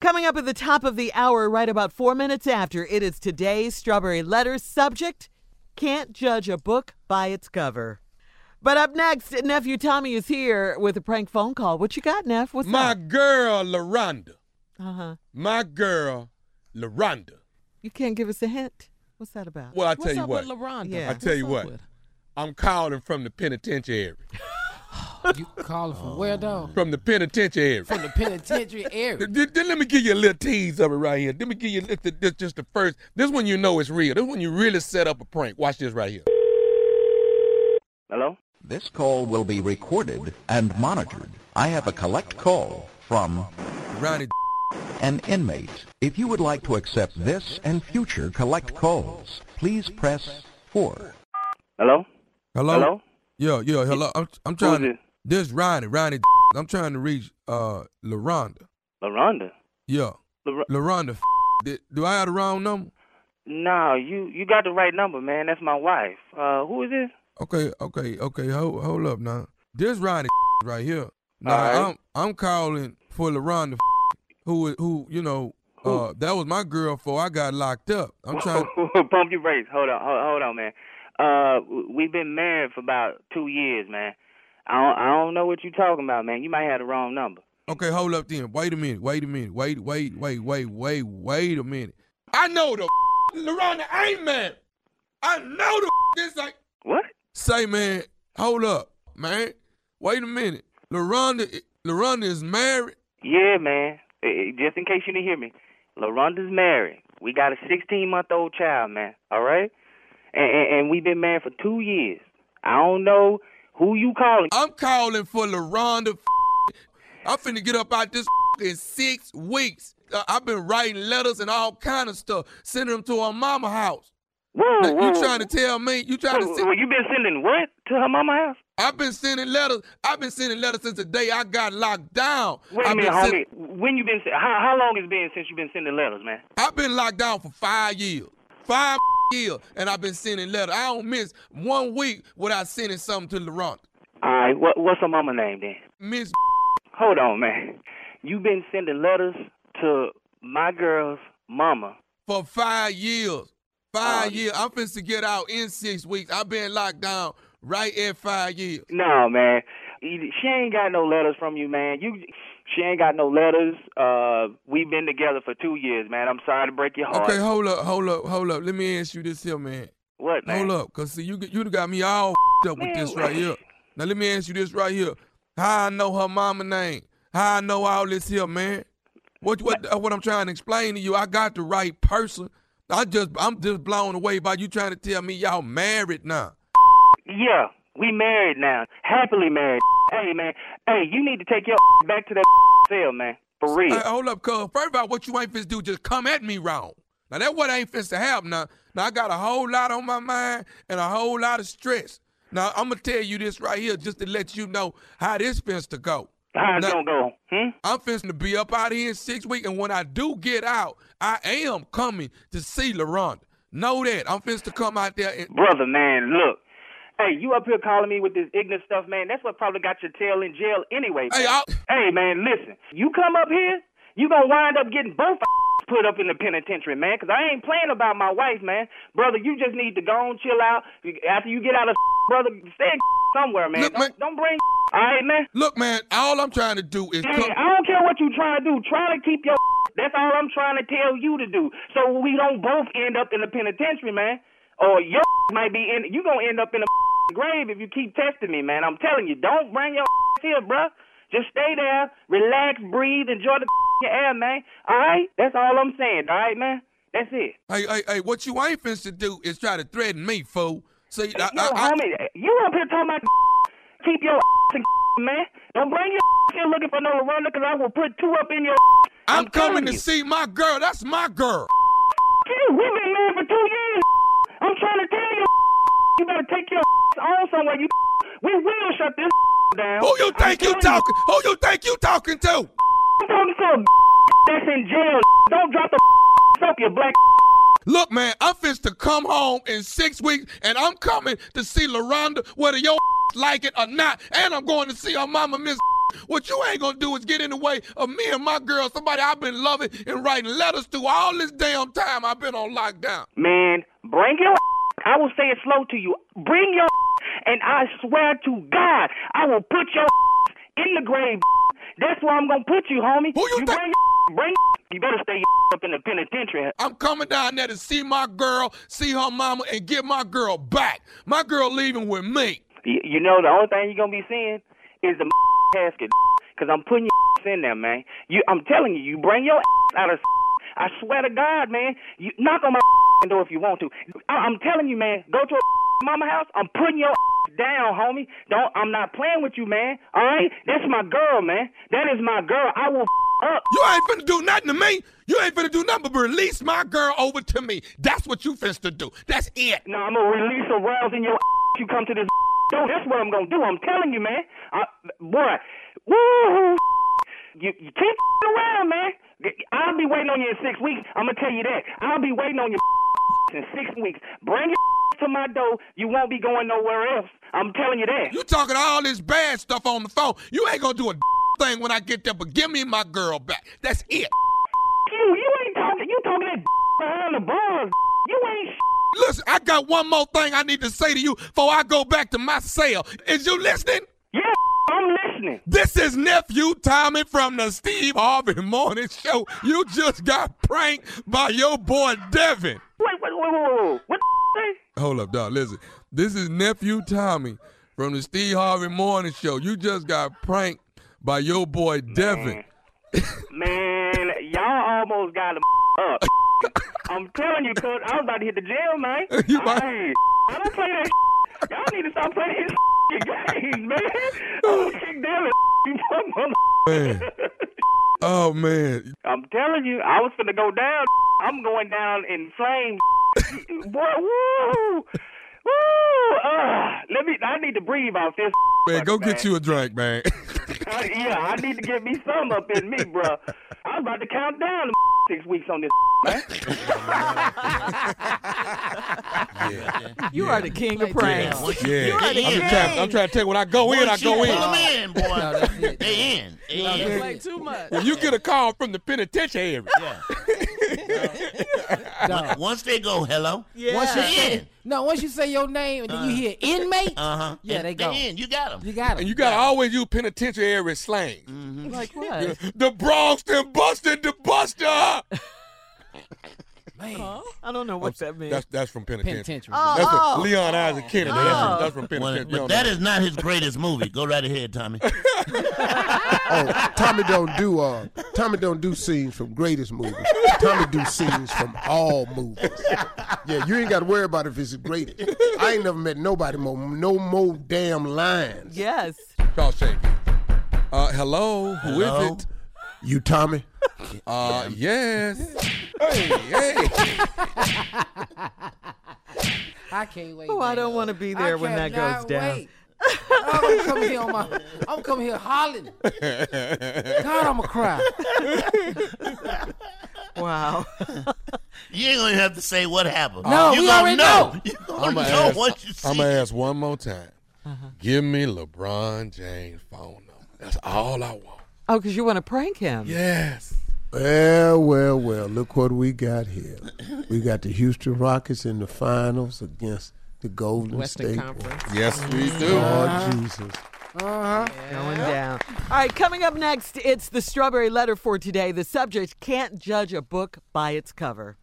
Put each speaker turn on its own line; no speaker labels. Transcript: Coming up at the top of the hour, right about four minutes after, it is today's Strawberry Letters subject Can't Judge a Book by Its Cover. But up next, Nephew Tommy is here with a prank phone call. What you got, Neff? What's
My
up?
girl, LaRonda.
Uh huh.
My girl, LaRonda.
You can't give us a hint. What's that about?
Well, I
What's
tell you
up
what.
with LaRonda?
Yeah.
I tell you
What's
what.
up with
I'm calling from the penitentiary.
her? You calling from where though?
From the penitentiary.
From the penitentiary area.
Th- th- let me give you a little tease of it right here. Let me give you this, this just the first. This one you know is real. This one you really set up a prank. Watch this right here.
Hello?
This call will be recorded and monitored. I have a collect call from
Ronnie,
an inmate. If you would like to accept this and future collect calls, please press 4.
Hello?
Hello?
Hello?
Yeah, yeah, hello. I'm, I'm trying
Who's
to. This Ronnie, Ronnie. I'm trying to reach uh LaRonda.
LaRonda?
Yeah,
LaR-
LaRonda. Did, do I have the wrong number?
nah, you, you got the right number, man. That's my wife. Uh, who is this?
Okay, okay, okay. Hold, hold up now. This Ronnie right here. Now
Alright.
I'm I'm calling for LaRonda, who is- who you know. Uh, that was my girl before I got locked up. I'm trying.
Pump your brakes. Hold on, hold, hold on, man. Uh, w- we've been married for about two years, man. I don't, I don't know what you're talking about, man. You might have the wrong number.
Okay, hold up then. Wait a minute. Wait a minute. Wait, wait, wait, wait, wait, wait a minute.
I know the LaRonda ain't mad. I know the this like
What?
Say, man, hold up, man. Wait a minute. LaRonda, LaRonda is married.
Yeah, man. Eh, eh, Just in case you didn't hear me, LaRonda's married. We got a 16 month old child, man. All right? And, and, and we've been married for two years. I don't know who you calling.
I'm calling for LaRonda. I'm finna get up out this in six weeks. Uh, I've been writing letters and all kind of stuff, sending them to her mama house.
Whoa,
Now,
whoa.
you trying to tell me? You trying to?
Wait,
Send,
wait, you been sending what to her mama house?
I've been sending letters. I've been sending letters since the day I got locked down.
Wait a
I've
minute,
been send-
homie. When you been? se- How how long it's been since you been sending letters, man?
I've been locked down for five years. Five years, and I've been sending letters. I don't miss one week without sending something to LaRonda.
All right. What what's her mama name then?
Miss
Hold on, man. You been sending letters to my girl's mama?
for five years. Five
Oh.
years. I'm finna get out in six weeks. I've been locked down right at five years.
No, man. You- She ain't got no letters from you, man. You. She ain't got no letters. Uh, we've been together for two years, man. I'm sorry to break your heart.
Okay, hold up, hold up, hold up. Let me ask you this here, man.
What, man?
Hold up, cause see you you done got me all fed up with
Man,
this
what?
right here. Now let me ask you this right here. How I know her mama name? How I know all this here, man? What what uh, what I'm trying to explain to you? I got the right person. I just I'm just blown away by you trying to tell me y'all married now.
Yeah, we married now, happily married. Hey, man. Hey, you need to take your back to that cell, man. For real.
Hey, hold up, cuz. First of all, what you ain't finna do, just come at me wrong. Now that what ain't finna happen now. Now I got a whole lot on my mind and a whole lot of stress. Now I'm gonna tell you this right here just to let you know how this finna to go.
How it's
Now-
gonna go? Hmm?
I'm finna be up out here in six weeks, and when I do get out, I am coming to see LaRonda. Know that. I'm finna to come out there and
Brother, man, look. Hey, you up here calling me with this ignorant stuff, man. That's what probably got your tail in jail anyway.
Hey,
man.
I-
hey man, listen. You come up here, you gonna wind up getting both put up in the penitentiary, man, 'cause I ain't playing about my wife, man. Brother, you just need to go and chill out. After you get out of brother, stay somewhere, man.
Look,
don't,
man-
don't bring all right, man.
look, man. All I'm trying to do is
Hey,
come.
I don't care what you trying to do. Try to keep your. That's all I'm trying to tell you to do, so we don't both end up in the penitentiary, man. Or your might be in. You gonna end up in the grave if you keep testing me, man. I'm telling you, don't bring your here, bruh. Just stay there, relax, breathe, enjoy the your air, man. All right, that's all I'm saying. All right, man. That's it.
Hey, hey, hey. What you ain't finna to do is try to threaten me, fool. See, I,
Yo,
I, I,
homie, you up here talking about keep your and man. Don't bring your here looking for no Lorena, cause I will put two up in your.
I'm,
I'm telling
coming to
you.
see my girl. That's my girl.
You, we've been married for two years. I'm trying to tell you, you better take your on somewhere. You, we will shut this down.
Who you think you
I'm telling
talking? Who you think you talking to?
I'm talking to a that's in jail. Don't drop the up, you black.
Look, man, I'm finna to come home in six weeks, and I'm coming to see LaRonda, whether your like it or not, and I'm going to see her mama, Miss. What you ain't gonna do is get in the way of me and my girl, somebody I've been loving and writing letters to all this damn time I've been on lockdown.
Man, bring your. I will say it slow to you. Bring your. And I swear to God, I will put your in the grave. That's where I'm gonna put you, homie.
Who you think-
bring your bring. You better stay your up in the penitentiary.
I'm coming down there to see my girl, see her mama, and get my girl back. My girl leaving with me.
You, you know the only thing you're gonna be seeing is the casket, cause I'm putting your in there, man. You, I'm telling you, you bring your out of. I swear to God, man. You knock on my door if you want to. I, I'm telling you, man. Go to a mama house. I'm putting your down, homie. Don't. I'm not playing with you, man. All right. That's my girl, man. That is my girl. I will up.
You ain't finna do nothing to me. You ain't finna do nothing but release my girl over to me. That's what you finna do. That's it.
No, I'm gonna release a rouse in your you come to this door. That's what I'm gonna do. I'm telling you, man. I, boy, woo! You, you keep around, man. I'll be waiting on you in six weeks. I'm gonna tell you that. I'll be waiting on you in six weeks. Bring your to my door. You won't be going nowhere else. I'm telling you that.
You talking all this bad stuff on the phone. You ain't gonna do a thing when I get there, but give me my girl back. That's it.
You, you ain't talking. You talking that behind the bars. You ain't.
Listen, I got one more thing I need to say to you before I go back to my cell. Is you listening?
Yeah, I'm listening.
This is nephew Tommy from the Steve Harvey Morning Show. You just got pranked by your boy Devin.
Wait, wait, wait, wait, wait. What the say?
Hold up, dog. Listen, this is nephew Tommy from the Steve Harvey Morning Show. You just got pranked by your boy Devin.
Man, y'all almost got him up. I'm telling you, cuz I was about to hit the jail, man.
You might-
Hey, I don't play that. y'all need to stop playing his games, man. I'm gonna kick them and you fuck mother-
Man. Oh man,
I'm telling you, I was finna go down. I'm going down in flames. Boy, woo, woo. Uh, let me. I need to breathe out this.
man, go get you a drink, man.
I, yeah, I need to get me some up in me, bruh. I was about to count down to six weeks on this, man.
You are the king of
Like,
pranks.
yeah.
Yeah.
are
I'm,
the
just trying, I'm trying to tell you, when I go in, I go in.
Pull them in, boy.
No, that's it.
They in. They in.
Play too much.
When you get a call from the penitentiary,
Yeah.
Dog.
Once they go, hello.
Yeah.
Once you
They
say
in.
no, once you say your name and then
Uh-huh.
you hear inmate,
Uh huh.
Yeah, they go.
in. You got them.
you got
and
him.
you gotta always use penitentiary slang.
Like what?
The Bronx then busted the buster.
Man,
I don't know what that means.
That's that's from penitentiary.
penitentiary.
Oh,
That's
oh.
from Leon Isaac Kennedy. That's, from, that's from
Well,
penitentiary.
but that is not his greatest movie. Go right ahead, Tommy.
Oh, Tommy don't do uh, Tommy don't do scenes from greatest movies. Tommy do scenes from all movies. Yeah, you ain't got to worry about if it's the greatest. I ain't never met nobody more no more damn lines.
yes.
Call Shady. Uh, hello, who is
Hello?
it?
You Tommy,
Uh, yes. hey, hey.
I can't wait.
Oh, I
man.
don't want to be there when that
cannot
goes down.
wait. I'm gonna come here on my. I'm coming here hollering. God, I'ma cry.
Wow.
You ain't gonna have to say what happened.
No,
you
we
gonna
already
know.
know.
You gonna
I'm
know
gonna ask,
once you see.
I'ma ask one more time. Give me LeBron James phone number. That's all I want.
Oh, because you want to prank him.
Yes.
well, well, well. Look what we got here. We got the Houston Rockets in the finals against the Golden
Western
State.
Conference.
Yes, we do.
Oh Jesus!
Going down. All right, coming up next, it's the strawberry letter for today. The subject can't judge a book by its cover.